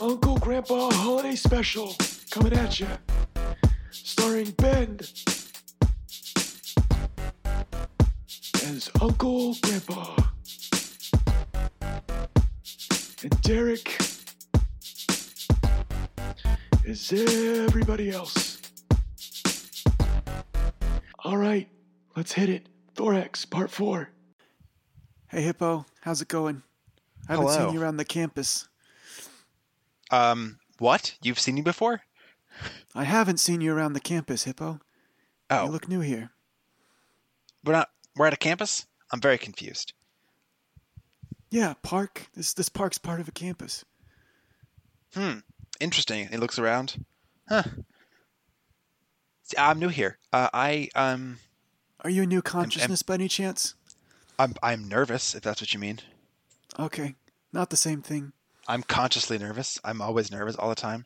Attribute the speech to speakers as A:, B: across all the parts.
A: Uncle Grandpa Holiday Special coming at you, starring Bend as Uncle Grandpa and Derek as everybody else. All right, let's hit it. Thorax Part Four.
B: Hey Hippo, how's it going? I haven't
C: Hello.
B: seen you around the campus.
C: Um, what? You've seen me before?
B: I haven't seen you around the campus, Hippo.
C: Oh,
B: You look new here.
C: we're not. We're at a campus. I'm very confused.
B: Yeah, park. This this park's part of a campus.
C: Hmm. Interesting. He looks around. Huh. See, I'm new here. Uh, I um,
B: Are you a new consciousness by any chance?
C: I'm I'm nervous. If that's what you mean.
B: Okay, not the same thing.
C: I'm consciously nervous. I'm always nervous all the time.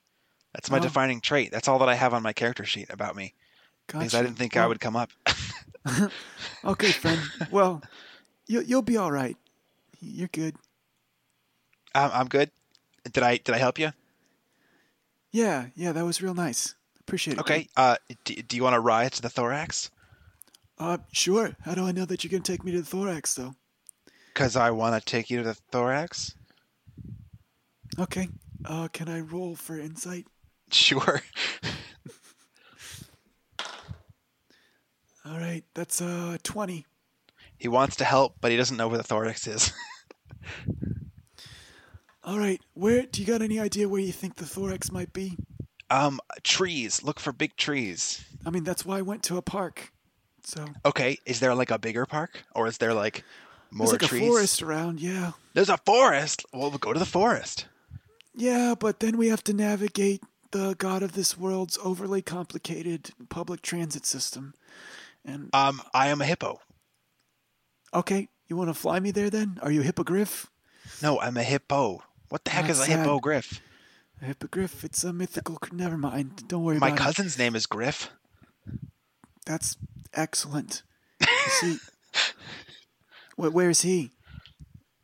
C: That's my
B: Oh.
C: defining trait. That's all that I have on my character sheet about me because I
B: Gotcha.
C: didn't think I
B: Well,
C: would come up.
B: Okay, friend. well, you you'll be all right. You're good.
C: I'm, I'm good. Did I did I help you?
B: Mm-hmm. Yeah, yeah, that was real nice. Appreciate it.
C: Okay.
B: dude.
C: Uh, d- do you want to ride to the thorax?
B: Uh, sure. How do I know that you're gonna take me to the thorax, though?
C: Because I want to take you to the thorax.
B: Okay. Uh, can I roll for insight?
C: Sure.
B: All right, that's uh twenty.
C: He wants to help, but he doesn't know where the thorax is.
B: All right, where do you got any idea where you think the thorax might be?
C: um, trees. Look for big trees.
B: I mean, that's why I went to a park. So
C: Okay, is there like a bigger park, or is there like more
B: there's like
C: trees?
B: a forest around, yeah,
C: There's a forest. Well, we'll go to the forest.
B: yeah. But then we have to navigate the god of this world's overly complicated public transit system. And
C: Um, I am a hippo.
B: okay, you want to fly me there then? Are you a hippogriff?
C: No, I'm a hippo. What the heck
B: Not
C: is a
B: sad.
C: hippo griff?
B: A hippogriff? It's a mythical. cr- Never mind. Don't worry
C: My
B: about it.
C: cousin's name is Griff.
B: That's excellent. You see, wh- where is he?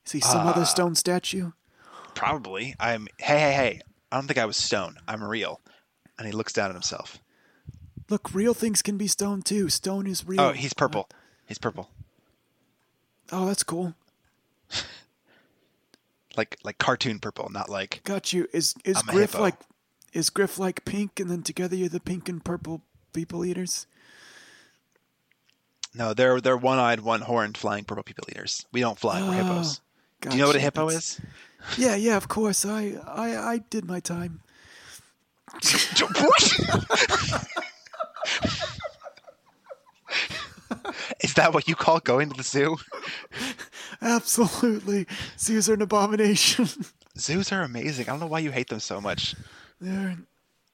B: Is he some
C: Uh.
B: other stone statue?
C: Probably. I'm. Hey, hey, hey! I don't think I was stone. I'm real. And he looks down at himself.
B: Look, real things can be stone too. Stone is real.
C: Oh, he's purple. He's purple.
B: Oh, that's cool.
C: Like like cartoon purple, not like
B: Got you. Is is
C: I'm a
B: Griff
C: hippo.
B: like is Griff like pink and then together you're the pink and purple people eaters?
C: No, they're they're one-eyed, one-horned, flying purple people eaters. We don't fly. We're hippos.
B: Oh,
C: Do you know what a
B: gotcha.
C: hippo
B: That's-
C: is?
B: Yeah, yeah, of course. I I I did my time.
C: what? is that what you call going to the zoo?
B: Absolutely. Zoos are an abomination.
C: Zoos are amazing. I don't know why you hate them so much.
B: They're,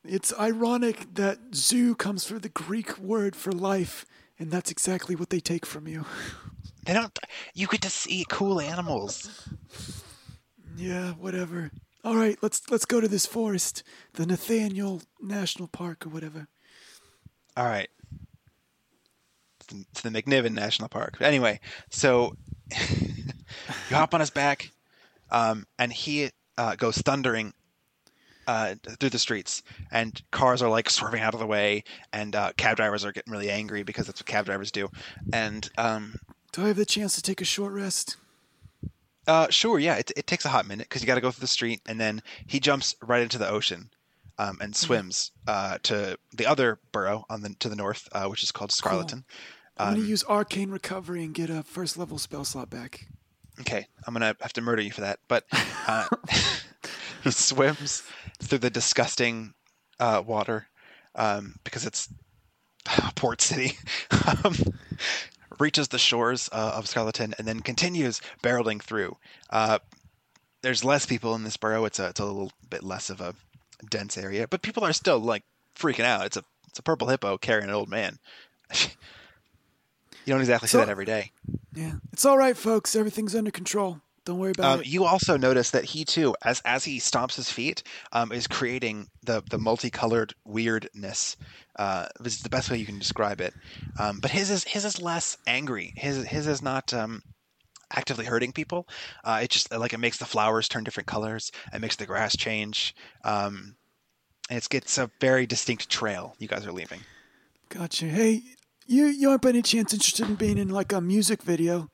B: it's ironic that zoo comes from the Greek word for life, and that's exactly what they take from you.
C: They don't. You get to see cool animals.
B: Yeah, whatever. All right, let's let's go to this forest, the Nathaniel National Park or whatever.
C: All right. To the McNiven National Park. But Anyway, so you hop on his back, um, and he uh, goes thundering uh, through the streets, and cars are like swerving out of the way, and uh, cab drivers are getting really angry because that's what cab drivers do. And um,
B: Do I have the chance to take a short rest?
C: uh, sure, yeah, it, it takes a hot minute because you got to go through the street, and then he jumps right into the ocean. Um, and swims uh, to the other borough on the to the north, uh, which is called Scarleton.
B: I'm gonna use Arcane Recovery and get a first level spell slot back.
C: Okay, I'm gonna have to murder you for that. But uh, he swims through the disgusting uh, water um, because it's port city. um, reaches the shores uh, of Skeleton and then continues barreling through. Uh, there's less people in this borough. It's a it's a little bit less of a dense area, but people are still like freaking out. It's a it's a purple hippo carrying an old man. you don't exactly see
B: So-
C: that every day.
B: Yeah, it's all right, folks. Everything's under control. Don't worry about
C: Um,
B: it.
C: you also notice that he too, as as he stomps his feet, um, is creating the the multicolored weirdness. Uh, this is the best way you can describe it. Um, but his is his is less angry. His his is not um, actively hurting people. Uh, it just like it makes the flowers turn different colors. It makes the grass change. Um, and it's it's a very distinct trail you guys are leaving.
B: Gotcha. Hey, you you aren't by any chance interested in being in like a music video?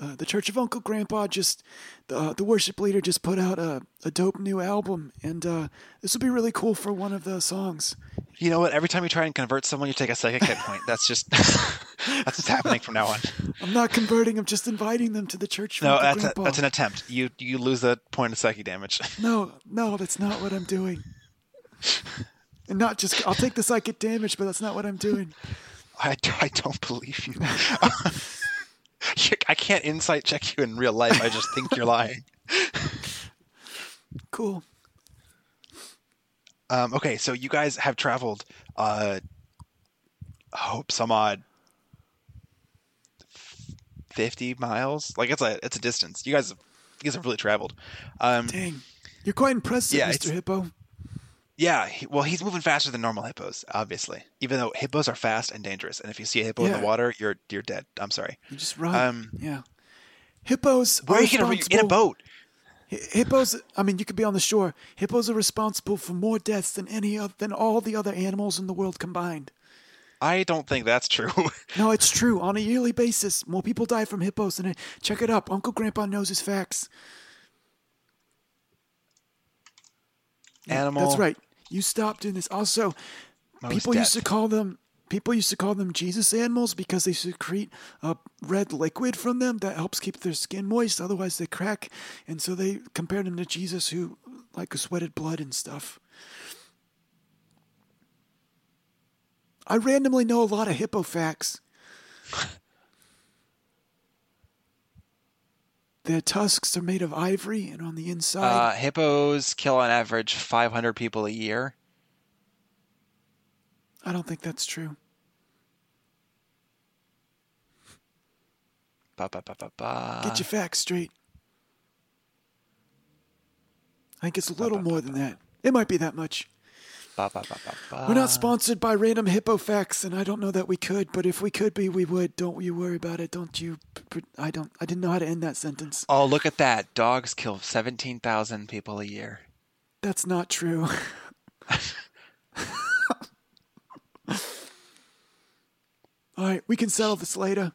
B: Uh, the Church of Uncle Grandpa just the uh, the worship leader just put out a, a dope new album, and uh, this would be really cool for one of the songs.
C: You know what? Every time you try and convert someone, you take a psychic hit point. That's just that's what's happening from now on.
B: I'm not converting. I'm just inviting them to the Church of
C: No,
B: Uncle
C: that's a,
B: Grandpa.
C: that's an attempt. You you lose a point of psychic damage.
B: No, no, that's not what I'm doing. And not just I'll take the psychic damage, but that's not what I'm doing.
C: I, I don't believe you. You- I can't insight check you in real life. I just think you're lying.
B: Cool.
C: Um, okay, so you guys have traveled, uh, I hope some odd fifty miles. Like it's a it's a distance. You guys have, you guys have really traveled. Um,
B: Dang. You're quite impressive,
C: Yeah,
B: Mr.
C: it's-
B: Hippo.
C: yeah. He, well, he's moving faster than normal hippos, obviously. Even though hippos are fast and dangerous, and if you see a hippo in
B: Yeah.
C: the water, you're you're dead. I'm sorry.
B: You just run.
C: Um,
B: yeah. Hippos.
C: Where are you gonna re- in a
B: responsible-
C: boat?
B: Hi- Hippos. I mean, you could be on the shore. Hippos are responsible for more deaths than any of, than all the other animals in the world combined.
C: I don't think that's true.
B: No, it's true. On a yearly basis, more people die from hippos than. Check it up. Uncle Grandpa knows his facts.
C: Animal.
B: That's right. You stopped doing this. Also,
C: Most
B: people used to
C: death.
B: call them people used to call them Jesus animals because they secrete a red liquid from them that helps keep their skin moist. Otherwise, they crack, and so they compared him to Jesus, who like sweated blood and stuff. I randomly know a lot of hippo facts. Their tusks are made of ivory, and on the inside,
C: Uh, hippos kill on average 500 people a year.
B: I don't think that's true.
C: Ba, ba, ba, ba, ba.
B: Get your facts straight. I think it's a little more than that. It might be that much.
C: Ba, ba, ba, ba, ba.
B: We're not sponsored by Random Hippo Facts, and I don't know that we could, but if we could be, we would. Don't you worry about it. Don't you? p- p- I don't. I didn't know how to end that sentence.
C: Oh, look at that. Dogs kill 17,000 people a year.
B: That's not true. All right, we can settle this later.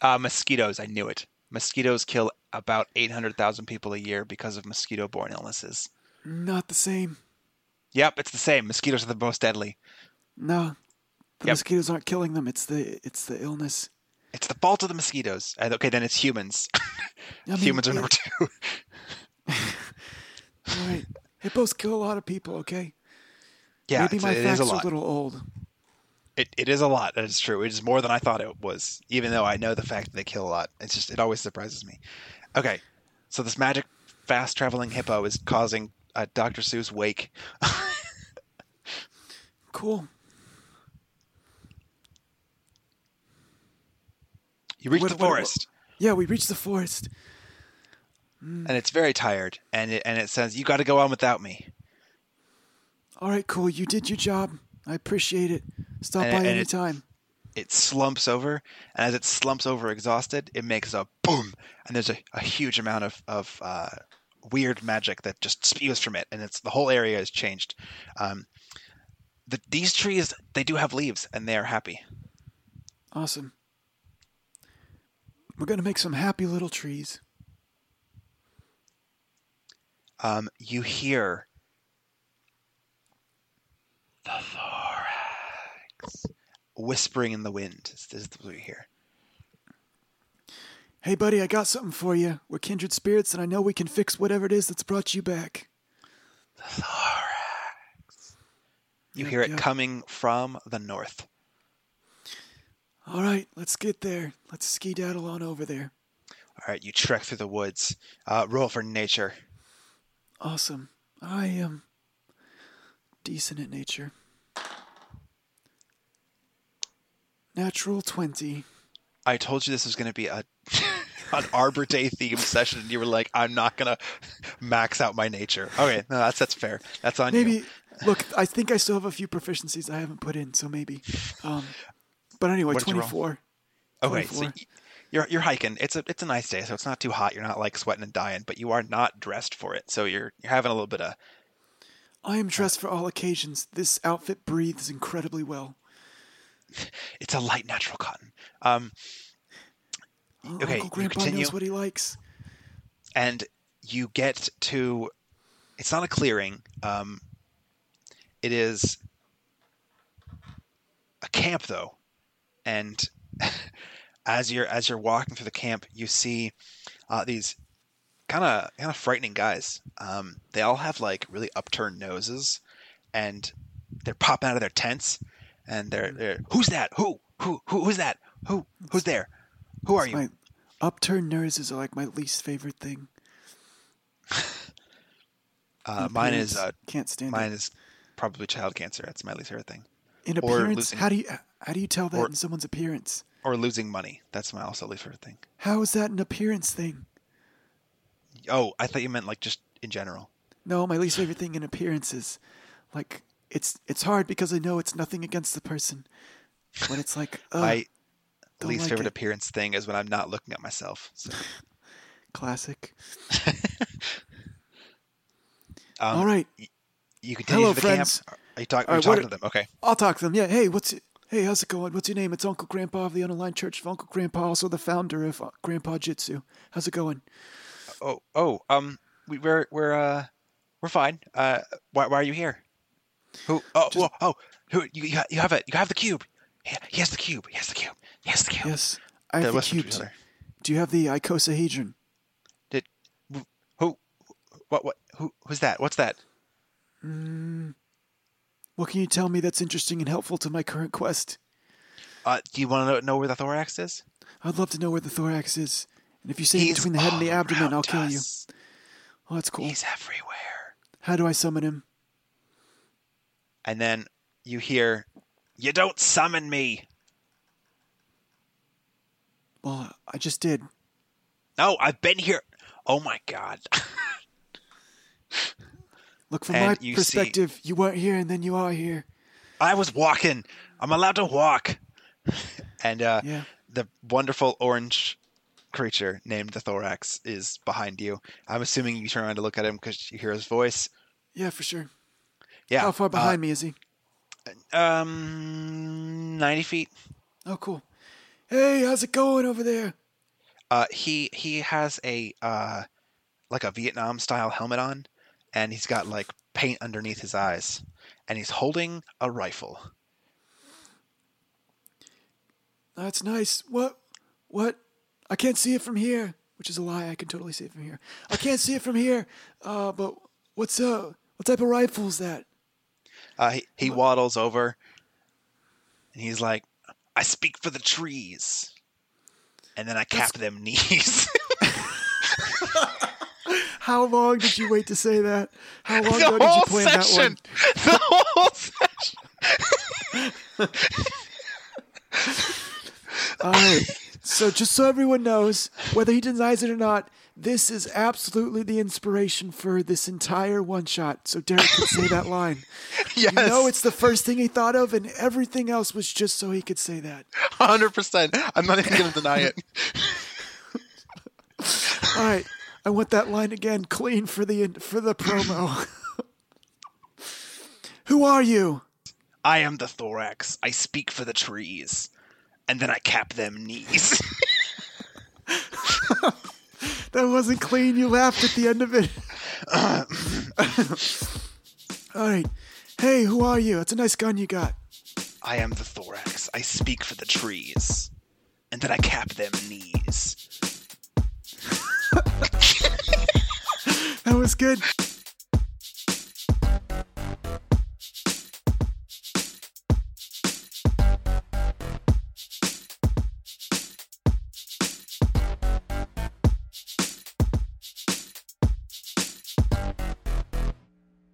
C: Uh, mosquitoes. I knew it. Mosquitoes kill about 800,000 people a year because of mosquito borne illnesses.
B: Not the same.
C: Yep, it's the same. Mosquitoes are the most deadly.
B: No, the
C: Yep.
B: mosquitoes aren't killing them. It's the it's the illness.
C: It's the fault of the mosquitoes. And, okay, then it's humans.
B: I mean,
C: humans are
B: yeah.
C: number two.
B: All right. Hippos kill a lot of people, okay?
C: yeah,
B: Maybe
C: it's-
B: my
C: it
B: facts
C: is a
B: are a
C: lot.
B: little old.
C: It, it is a lot. That is true. It is more than I thought it was, even though I know the fact that they kill a lot. It's just, it always surprises me. Okay. So this magic fast traveling hippo is causing a Dr. Seuss wake.
B: Cool.
C: You reach
B: What-
C: the
B: what- what-
C: forest
B: Yeah, we reached the forest.
C: and it's very tired and it, and it says, you got to go on without me.
B: All right, cool. You did your job. I appreciate it. Stop
C: And-
B: by
C: and it-
B: any time.
C: It slumps over. And as it slumps over exhausted, it makes a boom. And there's a, a huge amount of, of uh, weird magic that just spews from it. And it's the whole area is changed. Um, the, these trees, they do have leaves and they are happy.
B: Awesome. We're going to make some happy little trees.
C: um, you hear the thorax whispering in the wind. Is This is what you hear.
B: Hey, buddy, I got something for you. We're kindred spirits, and I know we can fix whatever it is that's brought you back.
C: You
B: Yeah,
C: hear it
B: yeah.
C: coming from the north.
B: All right, let's get there. Let's ski daddle on over there.
C: All right, you trek through the woods. Uh, roll for nature.
B: Awesome. I am decent at nature. Natural 20.
C: I told you this was going to be a an Arbor Day themed session, and you were like, "I'm not going to max out my nature." Okay, no, that's that's fair. That's on you.
B: Maybe, look, I think I still have a few proficiencies I haven't put in, so maybe. Um, but anyway,
C: What did you roll?
B: 24.
C: Okay, so
B: 24.
C: y- you're you're hiking. It's a it's a nice day, so it's not too hot. You're not like sweating and dying, but you are not dressed for it. So you're you're having a little bit of
B: I am
C: Uh.
B: dressed for all occasions. This outfit breathes incredibly well.
C: it's a light natural cotton. Um,
B: Uh,
C: Okay,
B: Uncle
C: you
B: Grandpa
C: continue.
B: knows what he likes.
C: and you get to it's not a clearing um it is a camp though and as you're as you're walking through the camp you see uh, these kind of kind of frightening guys um they all have like really upturned noses and they're popping out of their tents and they're they're who's that who who, who who's that who who's there who are you
B: My upturned noses are like my least favorite thing.
C: uh, mine is uh,
B: Appearance, can't stand
C: Mine
B: it.
C: is probably child cancer. That's my least favorite thing.
B: In
C: or
B: appearance,
C: losing-
B: how do you how do you tell that
C: or-
B: in someone's appearance?
C: Or losing money. That's my also least favorite thing.
B: How is that an appearance thing?
C: Oh, I thought you meant like just in general.
B: No, my least favorite thing in appearances, like it's it's hard because I know it's nothing against the person, but it's like uh,
C: my
B: don't
C: least
B: like
C: favorite
B: it.
C: appearance thing is when I'm not looking at myself. So,
B: classic.
C: um,
B: All right,
C: You continue
B: Hello,
C: to the
B: friends.
C: camp. Are you, talk,
B: All right,
C: are you
B: what
C: talking
B: are-
C: to them? Okay.
B: I'll talk to them. Yeah, hey, what's y- hey, how's it going? What's your name? It's Uncle Grandpa of the Unaligned Church of Uncle Grandpa, also the founder of uh, Grandpa Jitsu. How's it going?
C: Oh, oh, um, we, we're we're uh, we're fine. Uh, why why are you here? Who? Oh, whoa, oh, who? You you ha- you have it. You have the cube. He he has the cube. He has the cube. He has the cube.
B: Yes, I
C: They
B: have the
C: whisper to
B: cubes.
C: each other.
B: Do you have the icosahedron?
C: Who? What? What? Who? Who's that? What's that?
B: What can you tell me that's interesting and helpful to my current quest?
C: Uh, do you want to know where the thorax is?
B: I'd love to know where the thorax is. And if you say it
C: He's
B: between the head and the
C: all
B: abdomen, I'll
C: around
B: kill you.
C: us.
B: Oh, that's cool.
C: He's everywhere.
B: How do I summon him?
C: And then you hear, "You don't summon me."
B: Well, I just did.
C: No, I've been here. Oh my god.
B: Look, from
C: And
B: my
C: you see-
B: perspective, you weren't here and then you are here.
C: I was walking. I'm allowed to walk. and uh,
B: Yeah.
C: the wonderful orange creature named the thorax is behind you. I'm assuming you turn around to look at him because you hear his voice.
B: Yeah, for sure.
C: Yeah.
B: How far behind me is he?
C: Uh, um, ninety feet.
B: Oh, cool. Hey, how's it going over there?
C: Uh, he he has a uh, like a Vietnam style helmet on, and he's got like paint underneath his eyes, and he's holding a rifle.
B: That's nice. What? What? I can't see it from here, which is a lie. I can totally see it from here. I can't see it from here. Uh, but what's uh, what type of rifle is that?
C: Uh, he he waddles over, and he's like, "I speak for the trees," and then I cap them knees.
B: How long did you wait to say that? How long
C: the
B: ago did you
C: whole
B: plan that one?
C: session. The whole session.
B: All right. So just so everyone knows, whether he denies it or not, this is absolutely the inspiration for this entire one shot. So Derek could say that line. You
C: Yes,
B: know, it's the first thing he thought of, and everything else was just so he could say that.
C: hundred percent. I'm not even gonna deny it.
B: All right, I want that line again, clean for the for the promo. Who are you?
C: I am the thorax. I speak for the trees, and then I cap them knees.
B: That wasn't clean. You laughed at the end of it. All right. Hey, who are you? That's a nice gun you got.
C: I am the thorax. I speak for the trees, and then I cap them knees.
B: That was good.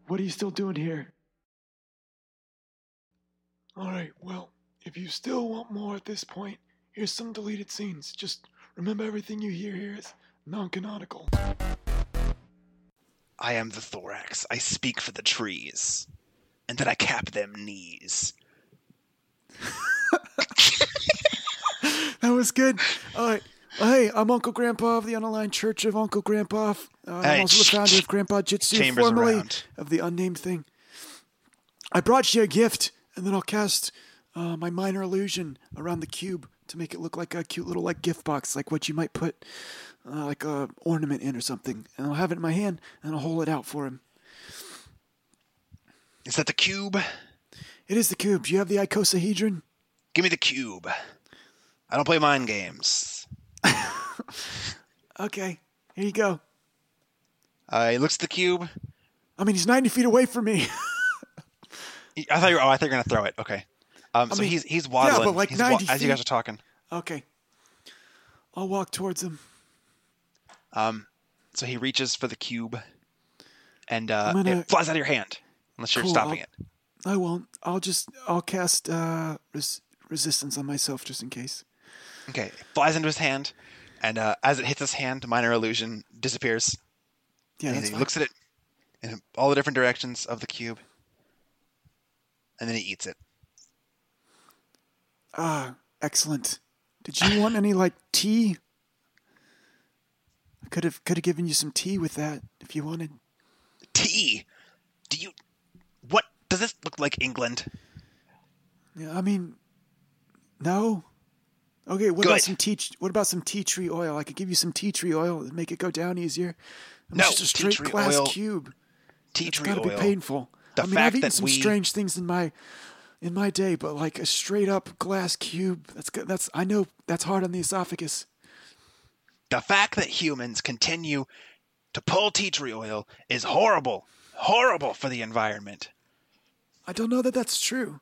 A: What are you still doing here? Alright, well, if you still want more at this point, here's some deleted scenes. Just remember everything you hear here is non canonical.
C: I am the thorax. I speak for the trees, and then I cap them knees.
B: That was good. All right. Hey, I'm Uncle Grandpa of the Unaligned Church of Uncle Grandpa. Uh,
C: Hey,
B: I'm also the
C: sh-
B: founder of Grandpa Jitsu,
C: Chambers
B: formerly
C: around.
B: of the unnamed thing. I brought you a gift, and then I'll cast uh, my minor illusion around the cube to make it look like a cute little like gift box, like what you might put uh, like a ornament in or something. And I'll have it in my hand, and I'll hold it out for him.
C: Is that the cube?
B: It is the cube. Do you have the icosahedron?
C: Give me the cube. I don't play mind games.
B: Okay, here you go.
C: Uh, he looks at the cube.
B: I mean, he's 90 feet away from me.
C: He- I thought you were, oh, I thought you were gonna throw it. Okay. Um, so
B: mean,
C: he's he's
B: but
C: waddling
B: like
C: he's wa-
B: 90
C: as you guys
B: feet.
C: are talking.
B: okay, I'll walk towards him.
C: Um, so he reaches for the cube, and uh,
B: I'm gonna-
C: it flies out of your hand unless you're
B: Cool,
C: stopping
B: I'll-
C: it.
B: I won't. I'll just I'll cast uh, res- resistance on myself just in case.
C: Okay, it flies into his hand, and uh, as it hits his hand, minor illusion disappears.
B: Yeah,
C: and
B: that's
C: he
B: fine.
C: looks at it in all the different directions of the cube, and then he eats it.
B: ah excellent. Did you want any like tea? I could have could have given you some tea with that if you wanted.
C: Tea. E, Do you? What does this look like? England.
B: Yeah, I mean, no. Okay, what about
C: Good.
B: some tea? What about some tea tree oil? I could give you some tea tree oil to make it go down easier. I'm
C: No,
B: just a
C: tea
B: straight
C: tree
B: glass
C: oil-
B: cube.
C: Tea
B: It's
C: tree
B: got to be
C: oil.
B: painful.
C: The
B: I mean,
C: fact
B: I've eaten
C: that
B: some
C: we-
B: strange things in my in my day, but like a straight up glass cube, that's go- that's I know that's hard on the esophagus.
C: The fact that humans continue to pull tea tree oil is horrible. Horrible for the environment.
B: I don't know that that's true.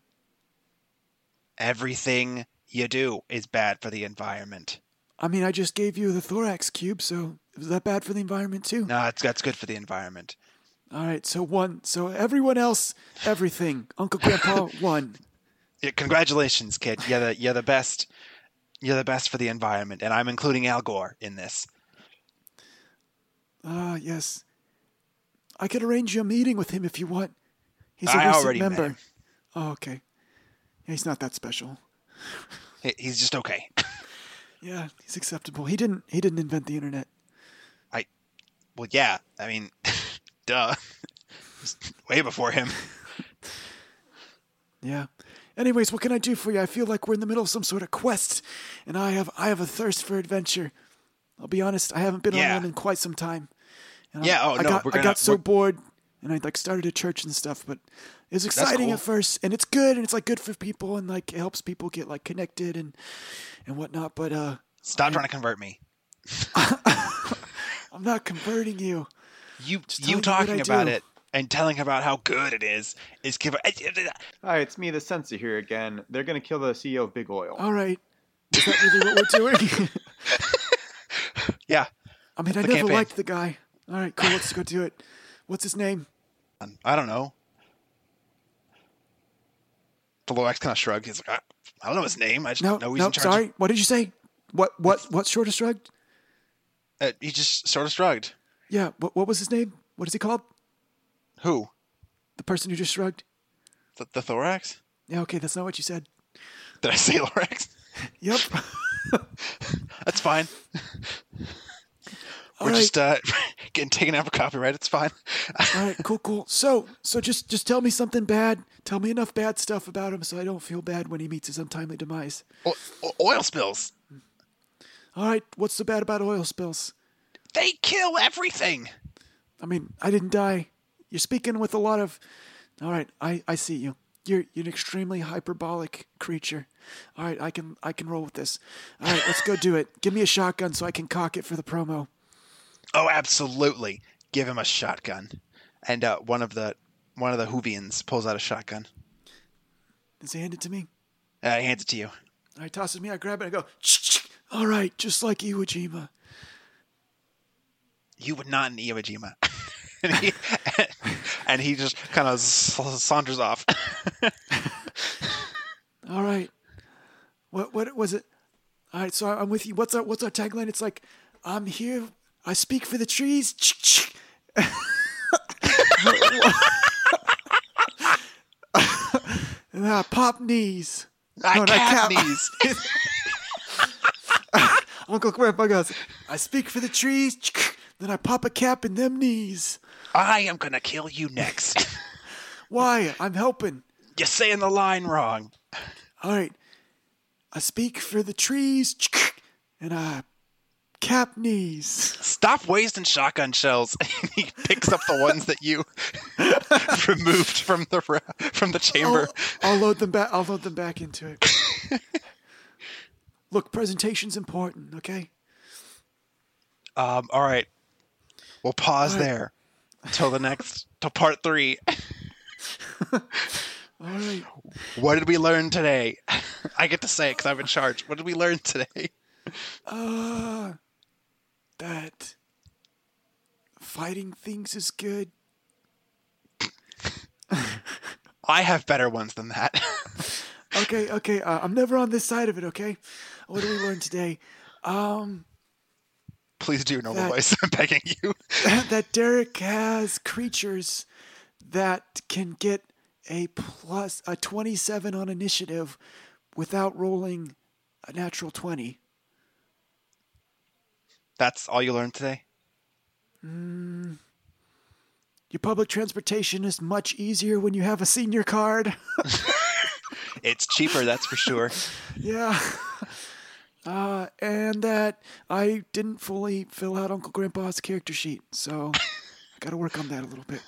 C: Everything you do is bad for the environment.
B: I mean, I just gave you the thorax cube, so is that bad for the environment too?
C: No, it's, that's good for the environment.
B: All right, so one, so everyone else, everything, Uncle Grandpa, one.
C: Yeah, congratulations, kid. You're the you're the best. You're the best for the environment, and I'm including Al Gore in this.
B: Ah, yes. I could arrange you a meeting with him if you want. He's a
C: I
B: recent
C: already met
B: member.
C: him.
B: Oh, okay. Yeah, he's not that special.
C: He- He's just okay.
B: Yeah, he's acceptable. He didn't he didn't invent the internet.
C: Well, yeah. I mean, duh. Just Way before him.
B: Yeah. Anyways, what can I do for you? I feel like we're in the middle of some sort of quest, and I have I have a thirst for adventure. I'll be honest, I haven't been
C: Yeah.
B: on one in quite some time. And
C: Yeah,
B: I,
C: oh,
B: I
C: no,
B: got,
C: we're
B: I
C: gonna-
B: got so
C: we're-
B: bored, and I like started a church and stuff. But it was exciting
C: cool.
B: at first, and it's good, and it's like good for people, and like it helps people get like connected and and whatnot. But uh,
C: Stop trying to convert me.
B: I'm not converting you.
C: You
B: tell me
C: you
B: what
C: talking
B: I
C: about
B: do.
C: it and telling about how good it is is give.
D: Hi, it's me, the Sensei here again. They're going to kill the CEO of Big Oil.
B: All right, is that really what we're doing?
C: Yeah,
B: I mean, I
C: The
B: never
C: campaign.
B: liked the guy. All right, cool. Let's go do it. What's his name?
C: I don't know. The Lorax kind of shrugged. He's like, I, I don't know his name. I just
B: No,
C: know
B: no,
C: he's in charge. of-
B: sorry. What did you say? What, what, what? Shortest shrugged?
C: Uh, he just sort of shrugged.
B: Yeah. What, what was his name? What is he called?
C: Who?
B: The person who just shrugged?
C: The, the thorax?
B: Yeah. Okay, that's not what you said.
C: Did I say thorax?
B: Yep.
C: That's fine. We're
B: right.
C: just uh, getting taken out for copyright. It's fine.
B: All right. Cool. Cool. So, so just, just tell me something bad. Tell me enough bad stuff about him so I don't feel bad when he meets his untimely demise.
C: O- o- oil spills.
B: All right. What's so bad about oil spills?
C: They kill everything.
B: I mean, I didn't die. You're speaking with a lot of. All right, I, I see you. You're you're an extremely hyperbolic creature. All right, I can I can roll with this. All right, let's go do it. Give me a shotgun so I can cock it for the promo.
C: Oh, absolutely. Give him a shotgun. And uh, one of the one of the Hoovians pulls out a shotgun.
B: Does he hand it to me?
C: Uh, he hands it to you.
B: All right, tosses me. I grab it. I go. "Ch-ch-ch." All right, just like Iwo Jima.
C: You would not in Iwo Jima. and, he, and he just kind of saunters off.
B: All right. What what was it? All right, so I'm with you. What's our what's our tagline? It's like, I'm here. I speak for the trees. Ch-ch-ch." and I pop knees.
C: I
B: No, no, cap.
C: cap knees.
B: I Uncle Grandpa goes, I speak for the trees, then I pop a cap in them knees.
C: I am gonna kill you next.
B: Why? I'm helping.
C: You're saying the line wrong.
B: All right. I speak for the trees, and I cap knees.
C: Stop wasting shotgun shells. he picks up the ones that you removed from the ra- from the chamber.
B: I'll, I'll load them back. I'll load them back into it. Look, presentation's important, okay?
C: Um, all right, we'll pause
B: Oh. All right.
C: there till the next till part three.
B: All right.
C: What did we learn today? I get to say it because I'm in charge. What did we learn today?
B: Uh, that fighting things is good.
C: I have better ones than that.
B: Okay, okay. Uh, I'm never on this side of it, okay? What do we learn today? Um,
C: Please do normal
B: That-
C: voice. I'm begging you.
B: that Derek has creatures that can get a plus a 27 on initiative without rolling a natural 20.
C: That's all you learned today.
B: Your public transportation is much easier when you have a senior card.
C: It's cheaper, that's for sure.
B: yeah. Uh, and that I didn't fully fill out Uncle Grandpa's character sheet, so I got to work on that a little bit.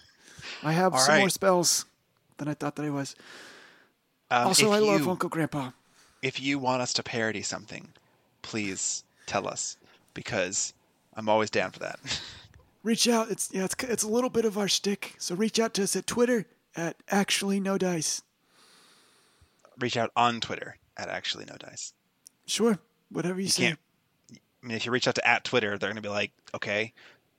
B: I have
C: All
B: some more
C: right.
B: spells than I thought that I was.
C: Um,
B: Also,
C: if
B: I love
C: you-
B: Uncle Grandpa.
C: if you want us to parody something, please tell us because I'm always down for that.
B: reach out. It's yeah, it's it's a little bit of our shtick. So reach out to us at Twitter at actually no dice.
C: Reach out on Twitter at actually no dice.
B: Sure, whatever you,
C: You
B: say.
C: can't. I mean, if you reach out to at Twitter, they're going to be like, okay,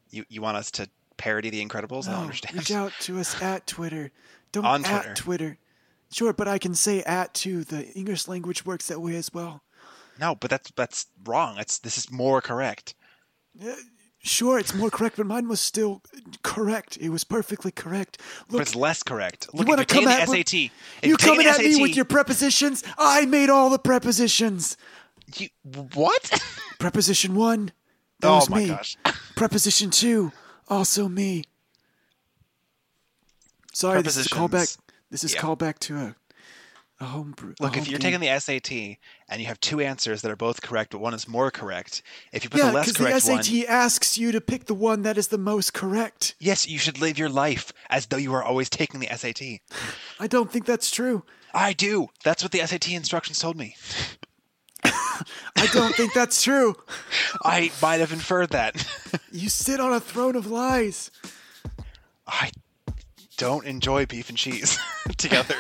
C: you you want us to parody The Incredibles? I
B: No,
C: don't understand.
B: Oh, reach out to us at Twitter. Don't
C: On
B: at
C: Twitter.
B: Twitter. Sure, but I can say at too. The English language works that way as well.
C: No, but that's that's wrong. That's this is more correct.
B: Sure, it's more correct, but mine was still correct. It was perfectly correct.
C: but
B: Look,
C: it's less correct. Look,
B: wanna
C: if you
B: come
C: take
B: at-
C: the SAT. if
B: you
C: take
B: coming
C: the
B: at me
C: SAT,
B: with your prepositions? I made all the prepositions.
C: you, what?
B: Preposition one, that
C: oh
B: was
C: my
B: me.
C: gosh!
B: Preposition two, also me. Sorry, this is a callback.
C: Prepositions.
B: This is
C: Yeah.
B: callback to a, a homebrew. a
C: Look, if
B: home
C: you're
B: game.
C: taking the SAT and you have two answers that are both correct, but one is more correct, if you put
B: yeah,
C: the less
B: because
C: correct
B: the SAT
C: one,
B: asks you to pick the one that is the most correct.
C: yes, you should live your life as though you are always taking the SAT.
B: I don't think that's true.
C: I do. That's what the SAT instructions told me.
B: I don't think that's true.
C: I might have inferred that.
B: You sit on a throne of lies.
C: I don't enjoy beef and cheese together.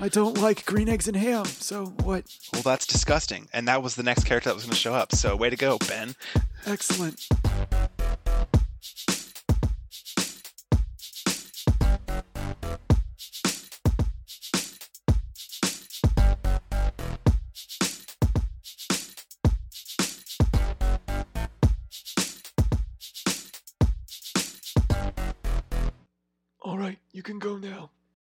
B: I don't like green eggs and ham. So what?
C: well, that's disgusting. And that was the next character that was going to show up. So way to go, Ben.
B: Excellent.
A: All right, you can go now.